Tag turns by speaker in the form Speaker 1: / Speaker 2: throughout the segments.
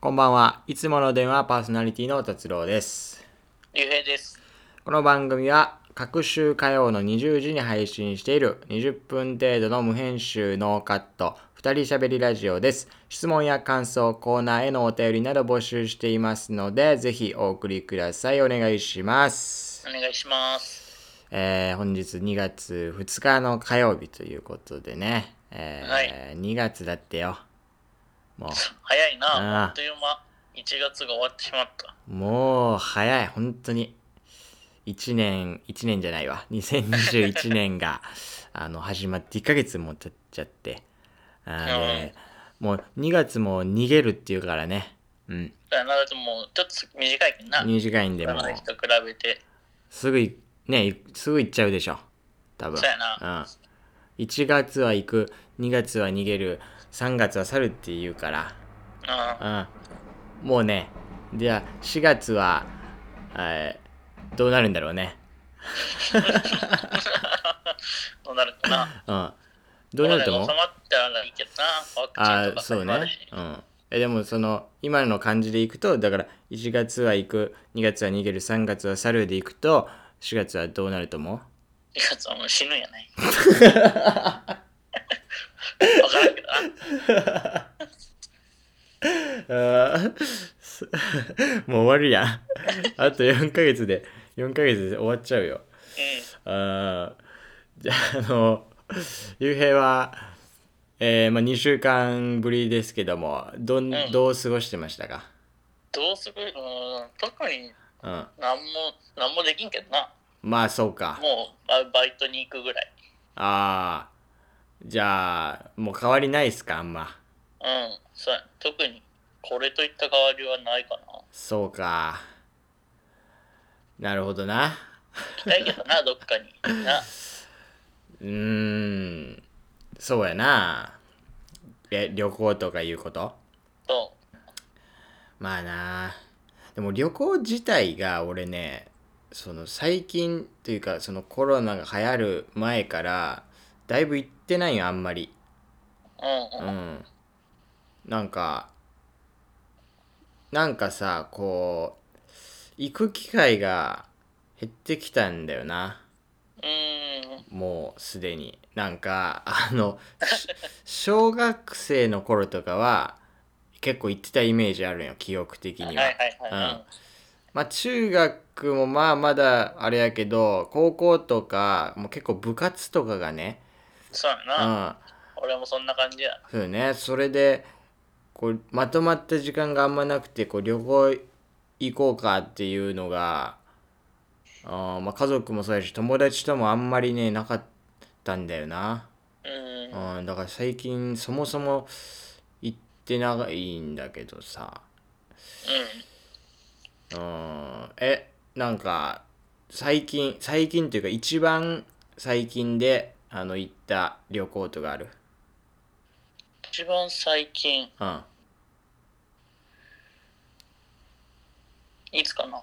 Speaker 1: こんばんは。いつもの電話パーソナリティの達郎です。
Speaker 2: ゆうへいです。
Speaker 1: この番組は、各週火曜の20時に配信している20分程度の無編集ノーカット、二人喋りラジオです。質問や感想、コーナーへのお便りなど募集していますので、ぜひお送りください。お願いします。
Speaker 2: お願いします。
Speaker 1: えー本日2月2日の火曜日ということでね。えー
Speaker 2: はい
Speaker 1: 2月だってよ。もう。
Speaker 2: 早いな、
Speaker 1: ああ
Speaker 2: あっという間。1月が終わってしまった。
Speaker 1: もう早い、本当に。1年、1年じゃないわ。2021年が、 あの、始まって1ヶ月も経っちゃって。あーでもう2月も逃げるっていうからね。うん。
Speaker 2: だからなんかもうちょっと短いけどな。
Speaker 1: 短いんでもう
Speaker 2: 他の日と比べて。
Speaker 1: すぐい、ね、いすぐ行っちゃうでしょ。多分。
Speaker 2: そうやな
Speaker 1: うん。1月は行く、2月は逃げる、3月は去るっていうから。
Speaker 2: あ
Speaker 1: うん。もうね、じゃあ4月は、えーどうなるんだろうね。
Speaker 2: あ、どうなるかな。
Speaker 1: うん。 どうなると思う
Speaker 2: コロナが収まったらいいけどな。
Speaker 1: あ
Speaker 2: ワクチンと
Speaker 1: あ、
Speaker 2: か
Speaker 1: そう
Speaker 2: そまで
Speaker 1: ね。うん。え、でもその、今の感じでいくと、だから、1月は行く、2月は逃げる、3月は去るでいくと、4月はどうなると思う
Speaker 2: 1月はもう死ぬんやない。わからんけどな。
Speaker 1: あすもう終わるや ん。あと4ヶ月で、4ヶ月で終わっちゃうよ。
Speaker 2: う
Speaker 1: あーじゃあ、あの、ゆうへいは、えーまあ、2週間ぶりですけども、どん、
Speaker 2: うん
Speaker 1: どう過ごしてましたか
Speaker 2: ん。どうするうん特に
Speaker 1: うん。
Speaker 2: なんも、なんもできんけどな。
Speaker 1: まあ、そうか。
Speaker 2: もうババイトに行くぐらい。
Speaker 1: ああ、じゃあ、もう変わりないっすか、あんま。
Speaker 2: うん。そうや特にこれといった変わりはないかな。
Speaker 1: そうか。なるほどな。
Speaker 2: だけどな、どっかに。な、
Speaker 1: うーん、そうやな。え、旅行とかいうこと
Speaker 2: そ
Speaker 1: まあなでも旅行自体が俺ねその最近というかそのコロナが流行る前からだいぶ行ってないよあんまり
Speaker 2: う。うん
Speaker 1: う
Speaker 2: うん。
Speaker 1: んなんかなんかさこう行く機会が減ってきたんだよな
Speaker 2: うん。
Speaker 1: もうすでになんかあの し小学生の頃とかは結構行ってたイメージあるよ記憶的
Speaker 2: はい
Speaker 1: には
Speaker 2: はいは
Speaker 1: まあ中学もまあまだあれやけど高校とかもう結構部活とかがね
Speaker 2: い。そうや
Speaker 1: う
Speaker 2: な。
Speaker 1: ん
Speaker 2: 俺もそんな感じや。
Speaker 1: そうよねそれでこうまとまった時間があんまなくてこう旅行行こうかっていうのがあー、まあ、家族もそうやし友達ともあんまりねなかったんだよな、
Speaker 2: うん。
Speaker 1: うん、だから最近そもそも行ってないんだけどさうんえなんか最近最近というか一番最近であの行った旅行とかある
Speaker 2: 一番最近、
Speaker 1: うん
Speaker 2: いつかな。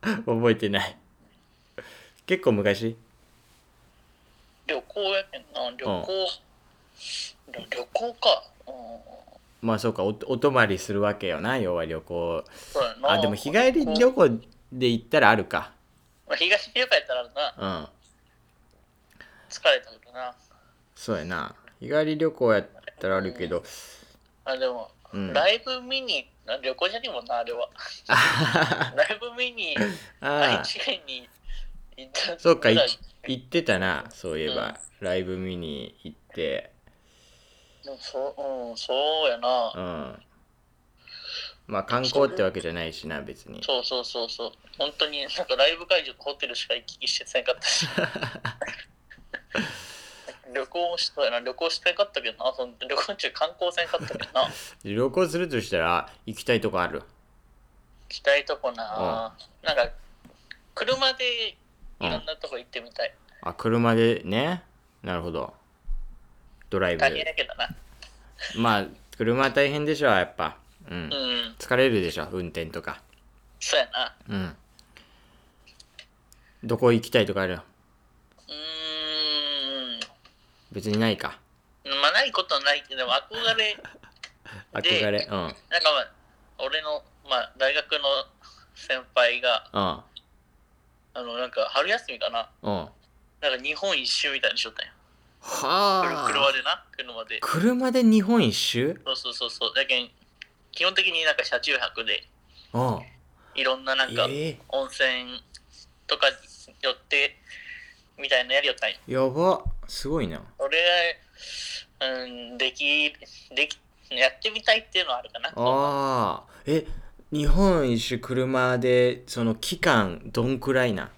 Speaker 1: 覚えてない結構昔
Speaker 2: 旅行やけんな。旅行。旅旅行か。うん。
Speaker 1: まあそうかおお泊まりするわけよな要は旅行
Speaker 2: そうやな。
Speaker 1: あでも日帰り旅行で行ったらあるか
Speaker 2: まあ日帰り旅行やったらな、
Speaker 1: うん
Speaker 2: 疲れたけどな。
Speaker 1: そうやな日帰り旅行やったらあるけど
Speaker 2: あ、でも、
Speaker 1: うん
Speaker 2: ライブ見に、な旅行じゃねえもんな、あれは。 ライブ見に、
Speaker 1: あ
Speaker 2: 愛
Speaker 1: あ
Speaker 2: 知県に行った
Speaker 1: そうか
Speaker 2: ぐ
Speaker 1: い
Speaker 2: らい
Speaker 1: 行ってたなそういえば、ライブ見に行って
Speaker 2: でもそう、うん、そうやな。
Speaker 1: うんまあ観光ってわけじゃないしな別に
Speaker 2: そうそうそうそう。本当になんかライブ会場とホテルしか行き来してせんかったし。旅行もしたいな、旅行してんかったけどな、その旅行中観光せんかったけどな。行
Speaker 1: 旅行するとしたら行きたいとこある
Speaker 2: きたいとこな、なんか車でいろんなとこ行ってみたい。
Speaker 1: あ車でねなるほどドライブ
Speaker 2: 大変だけどな。
Speaker 1: まあ車は大変でしょやっぱうん
Speaker 2: うん、
Speaker 1: 疲れるでしょ運転とか
Speaker 2: そうやな。
Speaker 1: うんどこ行きたいとかある
Speaker 2: うーん、
Speaker 1: 別にないか
Speaker 2: まあないことはないけど、でも憧れ
Speaker 1: 憧れ。うん。うん。
Speaker 2: なんかまあ、俺の、まあ、大学の先輩が、あの、なんか、春休みかな。
Speaker 1: うん。は
Speaker 2: なんか、日本一周みたいにしとったんや。
Speaker 1: あ。
Speaker 2: 車車でな、車で。
Speaker 1: 車で日本一周
Speaker 2: そうそうそうそう。だけん、基本的になんか車中泊で、
Speaker 1: うん。
Speaker 2: いろんななんか、
Speaker 1: え
Speaker 2: 温泉とか寄って、みたいなのやりよったんや。
Speaker 1: えやば。すごいな。
Speaker 2: 俺、うん、でき、でき、やってみたいっていうのはあるかな。
Speaker 1: ああ。え、日本一周車で、その期間、どんくらいな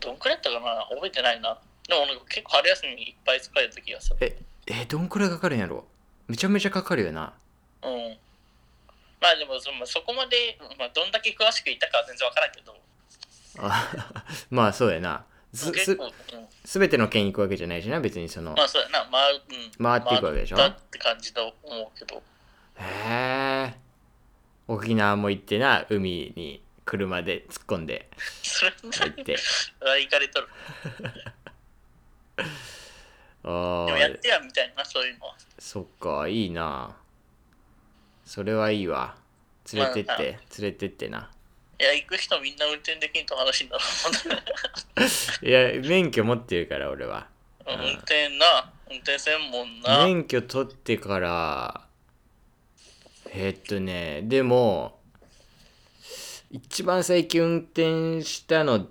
Speaker 2: どんくらいやったかな覚えてないな。でも俺結構春休みいっぱい使えた気がする。
Speaker 1: え、え、どんくらいかかるんやろめちゃめちゃかかるよな。
Speaker 2: うん。まあでもそ,、まあ、そこまで、まあ、どんだけ詳しく言ったかは全然わからんけど、
Speaker 1: あまあ、そうやな。す、
Speaker 2: 結
Speaker 1: す
Speaker 2: 構、、うん、
Speaker 1: すべての県行くわけじゃないしな、別にその。
Speaker 2: まあそうやな、まあ、う
Speaker 1: 回
Speaker 2: ん、
Speaker 1: っていくわけでしょ
Speaker 2: 回ったって感じだと思うけど、
Speaker 1: へえ。沖縄も行ってな、海に車で突っ込んで
Speaker 2: それな
Speaker 1: 入
Speaker 2: り
Speaker 1: っ
Speaker 2: に
Speaker 1: て。
Speaker 2: あ行かれとる。
Speaker 1: あ
Speaker 2: でもやっ
Speaker 1: あ、
Speaker 2: てやみたいな、そういうのは。
Speaker 1: そっか、いいな。それはいいわ。連れてって、
Speaker 2: まあ
Speaker 1: 連れてってな。
Speaker 2: いや、行く人みんな運転できんと話になる
Speaker 1: いや、免許持ってるから、俺は。
Speaker 2: も ん
Speaker 1: うん
Speaker 2: な。運転な、運転専門な。
Speaker 1: 免許取ってから、えっとね、でも、一番最近運転したのっ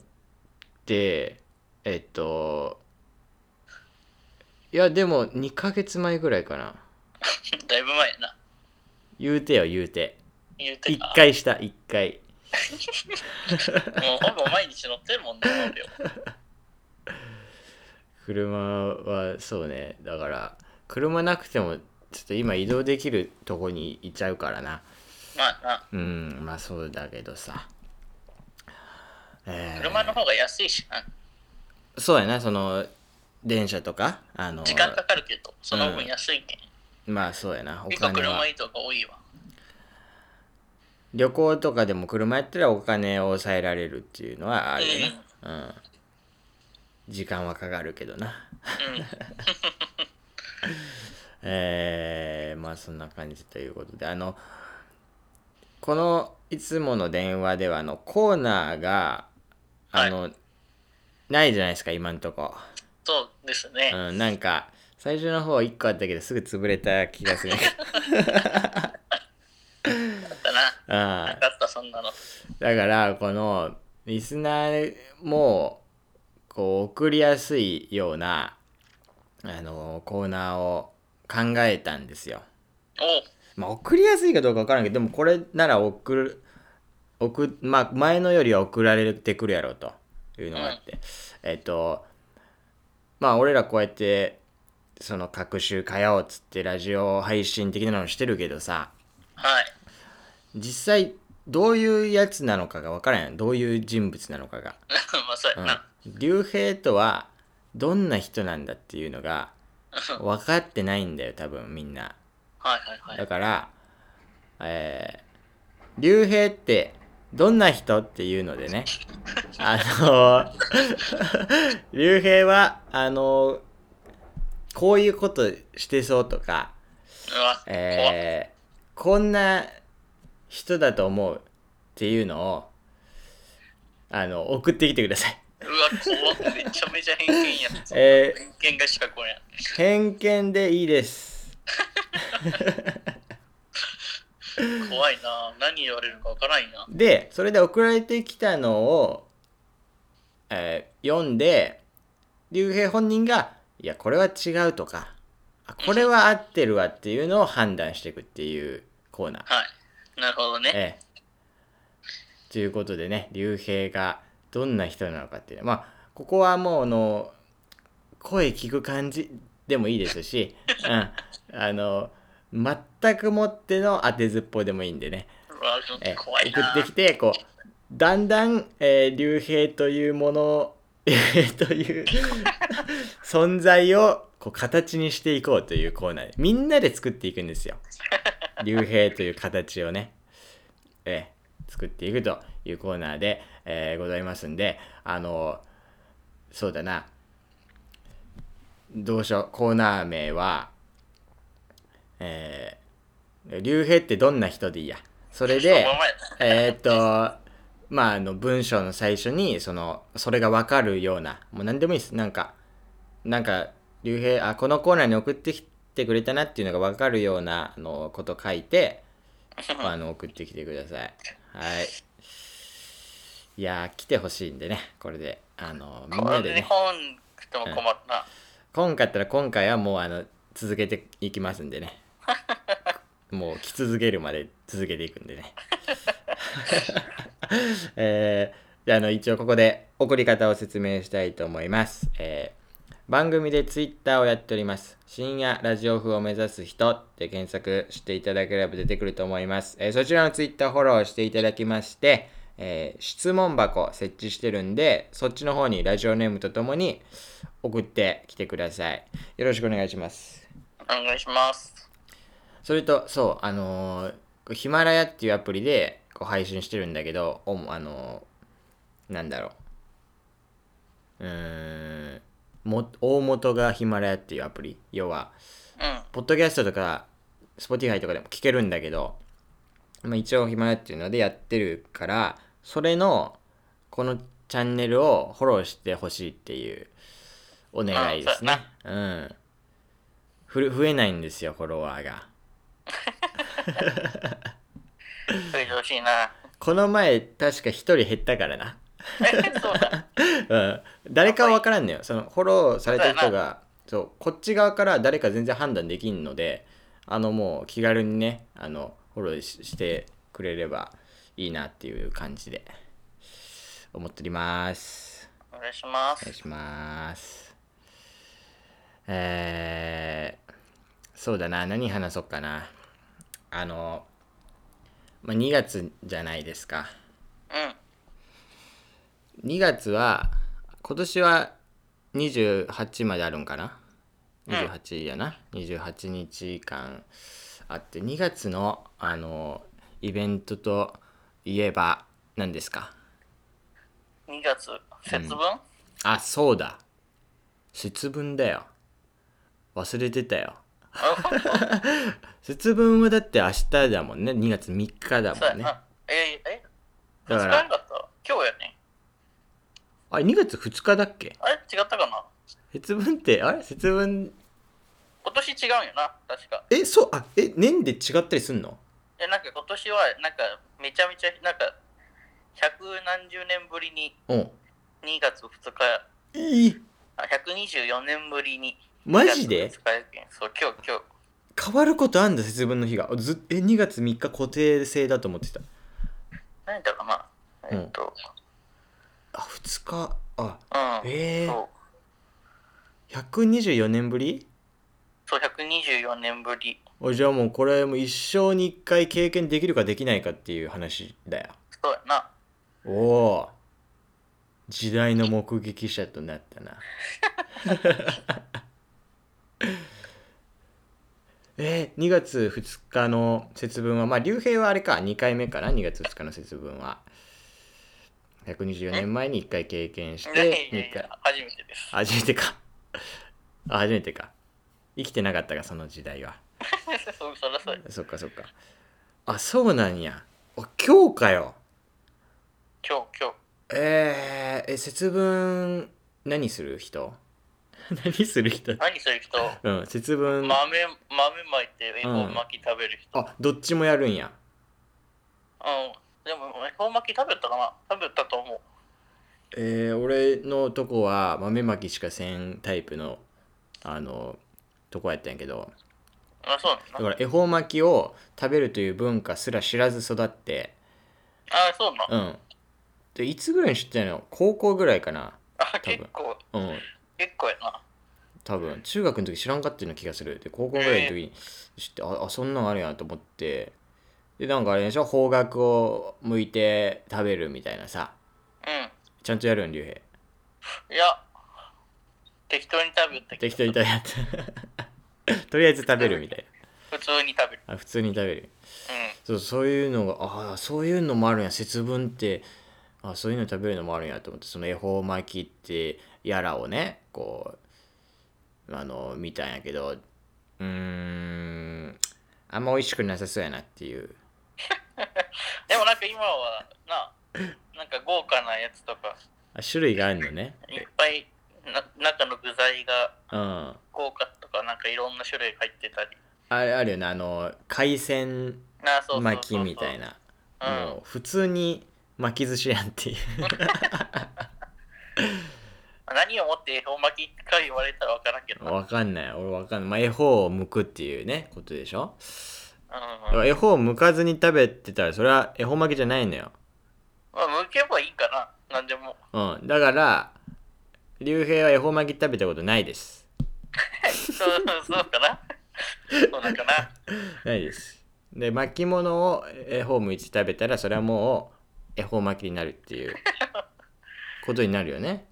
Speaker 1: て、えっと、いや、でも2ヶ月前ぐらいかな。
Speaker 2: だいぶ前やな。
Speaker 1: 言うてよ、言うて。
Speaker 2: 言うて
Speaker 1: 1
Speaker 2: た。
Speaker 1: 回した、1回。
Speaker 2: もうほぼ毎日乗ってるもんな、俺は。
Speaker 1: 車は、そうね、だから、車なくても、ちょっと今移動できるとこにいちゃうからな。
Speaker 2: まあな。
Speaker 1: うん、まあそうだけどさ。えー
Speaker 2: 車の方が安いしな。
Speaker 1: そうやな、その、電車とか、あの、
Speaker 2: 時間かかるけど、その分安いけん。
Speaker 1: まあそうやな、お
Speaker 2: 結構
Speaker 1: 金は
Speaker 2: 車いいとこ多いわ。
Speaker 1: 旅行とかでも車やったらお金を抑えられるっていうのはあるよな。うん。時間はかかるけどな。
Speaker 2: う
Speaker 1: えー、まあそんな感じということで、あの、このいつもの電話では、あの、コーナーが、あの、ないじゃないですか、今んとこ。
Speaker 2: ん、そうですね。
Speaker 1: うん、なんか最初の方は1個あったけどすぐ潰れた気がする
Speaker 2: だったな。
Speaker 1: あ
Speaker 2: なかった、そんなの。
Speaker 1: だからこのリスナーもこう送りやすいようなあのコーナーを考えたんですよ。
Speaker 2: おう
Speaker 1: まあ、送りやすいかどうかわからんけどでもこれなら送る送まあ前のよりは送られてくるやろうというのがあって、えっ、とまあ俺らこうやってその各週火曜っつってラジオ配信的なのしてるけどさ
Speaker 2: はい。
Speaker 1: 実際どういうやつなのかがわからんやんどういう人物なのかが。
Speaker 2: まあ、そうやな。
Speaker 1: うん、竜兵とはどんな人なんだっていうのが分かってないんだよ多分みんな。
Speaker 2: はいはいは
Speaker 1: だ
Speaker 2: い。
Speaker 1: から、えー、竜兵ってどんな人っていうのでね、あのー、 竜兵は、あのー、こういうことしてそうとか、
Speaker 2: うわ、怖っ
Speaker 1: えー、こんな人だと思うっていうのを、あの、送ってきてください。
Speaker 2: うわ、怖っめちゃめちゃ偏見やん。
Speaker 1: えー
Speaker 2: 偏見がしかこれやん。
Speaker 1: 偏見でいいです。
Speaker 2: 怖いな。何言われるかわからんや。
Speaker 1: でそれで送られてきたのを、えー読んで竜兵本人がいやこれは違うとかあこれは合ってるわっていうのを判断していくっていうコーナー。
Speaker 2: はい。なるほどね。
Speaker 1: ええ、ということでね竜兵がどんな人なのかっていうのはまあここはもうあの声聞く感じでもいいですし、うん、あの全くもっての当てずっぽうでもいいんでね。
Speaker 2: うわ、
Speaker 1: え
Speaker 2: 怖い
Speaker 1: 送っ
Speaker 2: な。
Speaker 1: てきてこうだんだん、えー、竜兵というもの 竜兵という 存在をこう形にしていこうというコーナーでみんなで作っていくん ですよ竜兵という形をね、えー作っていくというコーナーで、えーございますんであのそうだなどうしようコーナー名はえー竜兵ってどんな人でいいや。それ
Speaker 2: その
Speaker 1: で、
Speaker 2: ままや な
Speaker 1: えーっと、まあ、あの、文章の最初に、その、それがわかるような、もう何でもいいです。なんか、なんか、竜兵、あ、このコーナーに送ってきてくれたなっていうのがわかるような、あの、こと書いて、あの、送ってきてください。はい。いやー、来てほしいんでね、これで。あの、みん
Speaker 2: こ
Speaker 1: な
Speaker 2: れ
Speaker 1: で
Speaker 2: 日
Speaker 1: ね。
Speaker 2: 本来ても困るな。
Speaker 1: 今回やったら今回はもう、あの、続けていきますんでね。もう、来続けるまで続けていくんでね。 えーじゃああの一応ここで送り方を説明したいと思います、えー番組でツイッターをやっております深夜ラジオ風を目指す人って検索していただければ出てくると思います、えーそちらのツイッターフォローしていただきまして、えー質問箱設置してるんでそっちの方にラジオネームとともに送ってきてくださいよろしくお願いします
Speaker 2: お願いします。
Speaker 1: それと、そう、あのーこうヒマラヤっていうアプリでこう配信してるんだけど、おあのーなんだろう。うーん、も大元がヒマラヤっていうアプリ。要は、
Speaker 2: うん。
Speaker 1: ポッドキャストとか、Spotify とかでも聞けるんだけど、まあ、一応ヒマラヤっていうのでやってるから、それの、このチャンネルをフォローしてほしいっていうお願いですね。うん。ふる増えないんですよ、フォロワーが。
Speaker 2: それでほしいな。
Speaker 1: この前確か一人減ったからな、
Speaker 2: そうだ。
Speaker 1: うん、誰かは分からんのよそのフォローされた人がそうこっち側から誰か全然判断できんのであのもう気軽にねあのフォローししてくれればいいなっていう感じで思っております
Speaker 2: お願いしま
Speaker 1: お願い
Speaker 2: す。
Speaker 1: しますえー、そうだな何話そうかなあの、まあ、2月じゃないですか
Speaker 2: うん。
Speaker 1: 2月は今年は28まであるんかな28やな、28日間あって2月のあのイベントといえば何ですか
Speaker 2: 2月、節分、
Speaker 1: あそうだ節分だよ忘れてたよ節分はだって明日だもんね2月3日だ
Speaker 2: そう
Speaker 1: も
Speaker 2: や
Speaker 1: んね
Speaker 2: な。え、え、
Speaker 1: だ
Speaker 2: 2
Speaker 1: か
Speaker 2: 日
Speaker 1: ら
Speaker 2: やかった今日やね。
Speaker 1: あ2月2日だっけ
Speaker 2: あれ違ったかな
Speaker 1: 節分ってあれ節分
Speaker 2: 今年違うんよな、確か。
Speaker 1: えそうあえ年で違ったりすんの
Speaker 2: え、なんか今年は、なんか、めちゃめちゃ、なんか、百何十年ぶりに
Speaker 1: うん
Speaker 2: 2月2日、
Speaker 1: いい
Speaker 2: あ124年ぶりに。
Speaker 1: マジで
Speaker 2: ?2 月2日やけん。そう、今日、今日。
Speaker 1: 変わることあんだ節分の日がずえ2月3日固定制だと思ってた
Speaker 2: 何だかなえっと、
Speaker 1: あ2日あ
Speaker 2: うん。
Speaker 1: えー、
Speaker 2: そう
Speaker 1: 124年ぶり
Speaker 2: そう、124年ぶり。
Speaker 1: おじゃあもうこれもう一生に1回経験できるかできないかっていう話だよ
Speaker 2: そうやな。
Speaker 1: おお時代の目撃者となったなえー、2月2日の節分はまあ竜兵はあれか2回目かな2月2日の節分は124年前に1回経験し
Speaker 2: いやいや
Speaker 1: て
Speaker 2: いや
Speaker 1: 2
Speaker 2: い
Speaker 1: 回
Speaker 2: や、初めてです。
Speaker 1: 初めてかあ初めてか生きてなかったかその時代は
Speaker 2: そうそらそうや
Speaker 1: そっかそっかあそうなんやあ今日かよ
Speaker 2: 今日、今日。
Speaker 1: えー、え節分何する人 何する人
Speaker 2: 何する人
Speaker 1: うん節分、
Speaker 2: 豆、豆まいて、恵方巻き食べる人。
Speaker 1: あどっちもやるんや
Speaker 2: うん。でも、恵方巻き食べたかな食べたと思う。
Speaker 1: えー、俺のとこは豆まきしかせんタイプのあのとこやったんやけど
Speaker 2: あ、そうなん
Speaker 1: だ
Speaker 2: だ
Speaker 1: から恵方巻きを食べるという文化すら知らず育って
Speaker 2: あ、そうなん
Speaker 1: うんでいつぐらいに知ってんの高校ぐらいかな
Speaker 2: あ、
Speaker 1: 分
Speaker 2: 結構、
Speaker 1: うん
Speaker 2: 結構やな。
Speaker 1: 多分中学の時知らんかったような気がするで高校ぐらいの時に知って、ああそんなんあるやんと思ってでなんかあれでしょ方角を向いて食べるみたいなさ
Speaker 2: う
Speaker 1: ちゃんとやるん竜兵
Speaker 2: ん。いや、適当に食べて。
Speaker 1: 適当に食べやつ とりあえず食べるみたい
Speaker 2: 普通に食べる。
Speaker 1: なあ普通に食べる
Speaker 2: うん。
Speaker 1: そうそういうのがああそういうのもあるんや節分ってあそういうの食べるのもあるんやと思ってその恵方巻きってやらをねこうあの見たんやけどうーんあんま美味しくなさそうやなっていう。
Speaker 2: でもなんか今はな、なんか豪華なやつとか、
Speaker 1: あ種類があるのね。
Speaker 2: いっぱいな中の具材が
Speaker 1: うん。
Speaker 2: 豪華とか、なんかいろんな種類入ってたり。
Speaker 1: あれあるよね、あの、海鮮
Speaker 2: なそうそうそうそう
Speaker 1: 巻きみたい。な。
Speaker 2: うん
Speaker 1: もう普通に巻き寿司やんっていう。
Speaker 2: 何をもって恵方巻きか言われたら分からんけどな。うん
Speaker 1: わかんない。俺わかんない。まあ、恵方を剥くっていうね、ことでしょ。だか
Speaker 2: うん。
Speaker 1: ら恵方を剥かずに食べてたら、それは恵方巻きじゃないのよ。
Speaker 2: まあ、向けばいいかな。なんで も。
Speaker 1: うん。だから、竜兵は恵方巻き食べたことないです。
Speaker 2: そうそうかな。そうなんかな。
Speaker 1: ないです。で、巻き物を恵方向いて食べたら、それはもう恵方巻きになるって いうことになるよね。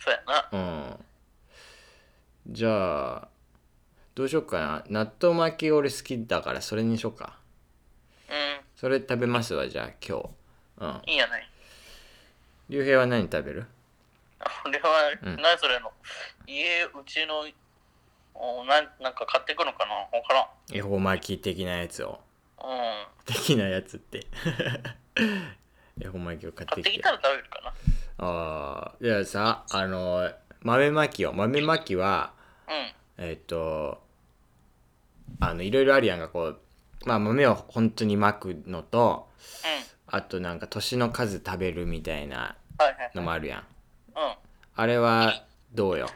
Speaker 2: そうやな。
Speaker 1: うん。じゃあ、どうしようかな。納豆巻き俺好きだから、それにしようか。
Speaker 2: う
Speaker 1: それ食べますわ、じゃあ今日。うん。
Speaker 2: ん、いいやない。
Speaker 1: 竜兵は何食べる
Speaker 2: 俺は、
Speaker 1: うん
Speaker 2: 何それの。家、うちの、おなんなんか買ってくのかな分からん。
Speaker 1: 恵方巻き的なやつを。
Speaker 2: うん。
Speaker 1: 的なやつって。 恵方巻きを買っ
Speaker 2: 買
Speaker 1: て
Speaker 2: って
Speaker 1: き
Speaker 2: き
Speaker 1: て
Speaker 2: た。ら食べるかな。
Speaker 1: ああ、じゃあさ、あの、豆巻きを。豆巻きは、
Speaker 2: うん。
Speaker 1: えっ、と、あの、いろいろあるやんか、こう、まあ豆を本当に巻くのと、
Speaker 2: うん。
Speaker 1: あとなんか年の数食べるみたいな
Speaker 2: はいはい。
Speaker 1: のもあるやん。
Speaker 2: うん。
Speaker 1: あれはどうよ。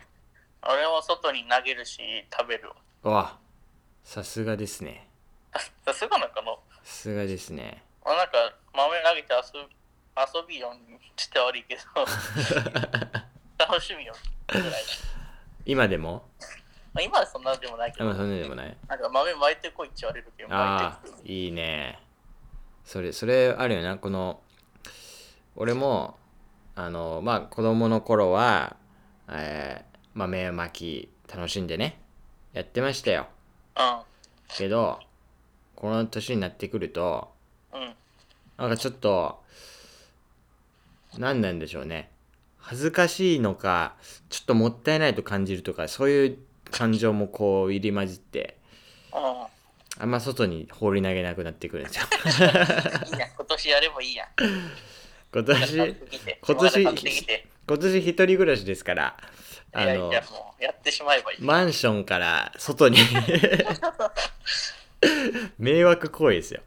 Speaker 2: あれは外に投げるし、食べるわ。
Speaker 1: うわ、さすがですね。
Speaker 2: さすがなんかの、
Speaker 1: さすがです ね。
Speaker 2: まあ、なんか豆投げて遊び遊びよんちょっと悪 いけど楽しみよぐらい、
Speaker 1: 今でも
Speaker 2: まあ、今はそんなでもないけ
Speaker 1: あ
Speaker 2: ど
Speaker 1: まあそんなでもない。
Speaker 2: なんか豆巻いてこいって言われるけど巻
Speaker 1: ああ
Speaker 2: いてくる
Speaker 1: いいねそれそれあるよなこの俺もあのまあ子供の頃は、えー、豆巻き楽しんでねやってましたよけどこの年になってくると
Speaker 2: うんうん
Speaker 1: なんかちょっと何なんでしょうね恥ずかしいのかちょっともったいないと感じるとかそういう感情もこう入り混じって
Speaker 2: うん
Speaker 1: あんま外に放り投げなくなってくるんですよ
Speaker 2: いいや今年やればいいやん
Speaker 1: 今
Speaker 2: 買っ
Speaker 1: 年
Speaker 2: てきて
Speaker 1: 今年
Speaker 2: 買ってきて
Speaker 1: 今年一人暮らしですから
Speaker 2: い
Speaker 1: あ
Speaker 2: やい
Speaker 1: の
Speaker 2: やもうやってしまえばいい、
Speaker 1: マンションから外に 迷惑行為ですよ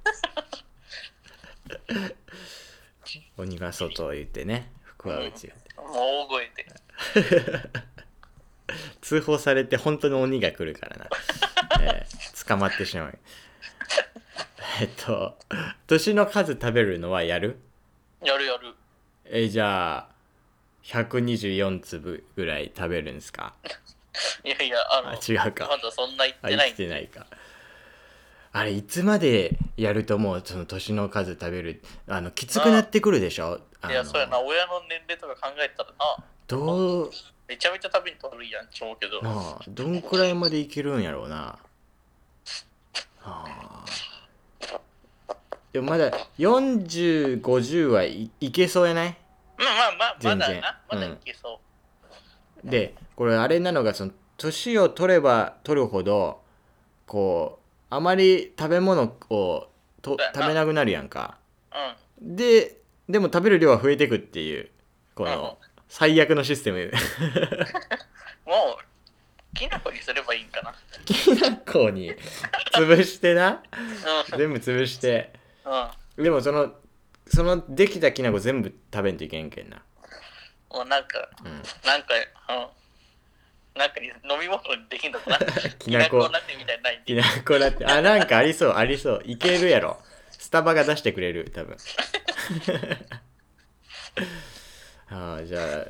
Speaker 1: 鬼が外を言ってね福は内を
Speaker 2: もう大声で
Speaker 1: 通報されて本当に鬼が来るからな、えー捕まってしまうえっと年の数食べるのはやる
Speaker 2: やるやる
Speaker 1: えーじゃあ124粒ぐらい食べるんですか
Speaker 2: いやいやあの
Speaker 1: あ違うか
Speaker 2: まだそんな言っ
Speaker 1: あ
Speaker 2: てな
Speaker 1: 生
Speaker 2: い
Speaker 1: きてないかあれいつまでやるともうその年の数食べるあのきつくなってくるでしょあ
Speaker 2: いや
Speaker 1: の
Speaker 2: そうやな親の年齢とか考えたらな
Speaker 1: どう
Speaker 2: めちゃめちゃ食べにとるやんち思うけど
Speaker 1: なあどんくらいまでいけるんやろうななあでもまだ4050はい、いけそうやない
Speaker 2: まあまあまあ、ま
Speaker 1: 全
Speaker 2: だ
Speaker 1: 然
Speaker 2: な、まだいけそう。
Speaker 1: でこれあれなのがその年を取れば取るほどこうあまり食べ物をと食べなくなるやんか
Speaker 2: うん。
Speaker 1: ででも食べる量は増えてくっていうこ
Speaker 2: うん
Speaker 1: の最悪のシステム
Speaker 2: もう、きな粉にすればいいんかな。
Speaker 1: きな粉に潰してな
Speaker 2: う
Speaker 1: 全部潰して
Speaker 2: ん。うん。
Speaker 1: でもそのそのできたきな粉全部食べんといけんけんな、
Speaker 2: もうなんか、
Speaker 1: うん、
Speaker 2: なんか、うん。なんかに飲み物にできんのかな。
Speaker 1: きな粉
Speaker 2: なんてみたいにないん
Speaker 1: き
Speaker 2: で。
Speaker 1: な粉だってあなんかありそうありそういけるやろスタバが出してくれる多分 あーじゃあ今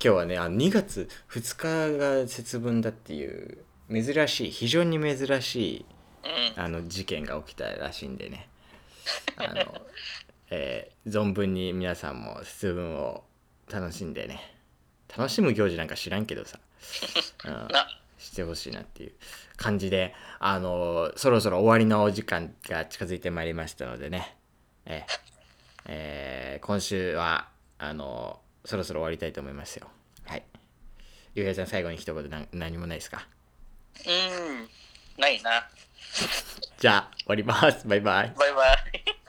Speaker 1: 日はねあ2月2日が節分だっていう珍しい非常に珍しい
Speaker 2: うん。
Speaker 1: あの事件が起きたらしいんでねあの、えー存分に皆さんも節分を楽しんでね楽しむ行事なんか知らんけどさ、うん、
Speaker 2: な、
Speaker 1: してほしいなっていう感じであのそろそろ終わりのお時間が近づいてまいりましたのでねえーえー今週はあのそろそろ終わりたいと思いますよはいゆうやさん最後に一言なん何もないですか
Speaker 2: うん。ないな。
Speaker 1: じゃあ、終わります。バイバイ。
Speaker 2: バイバイ。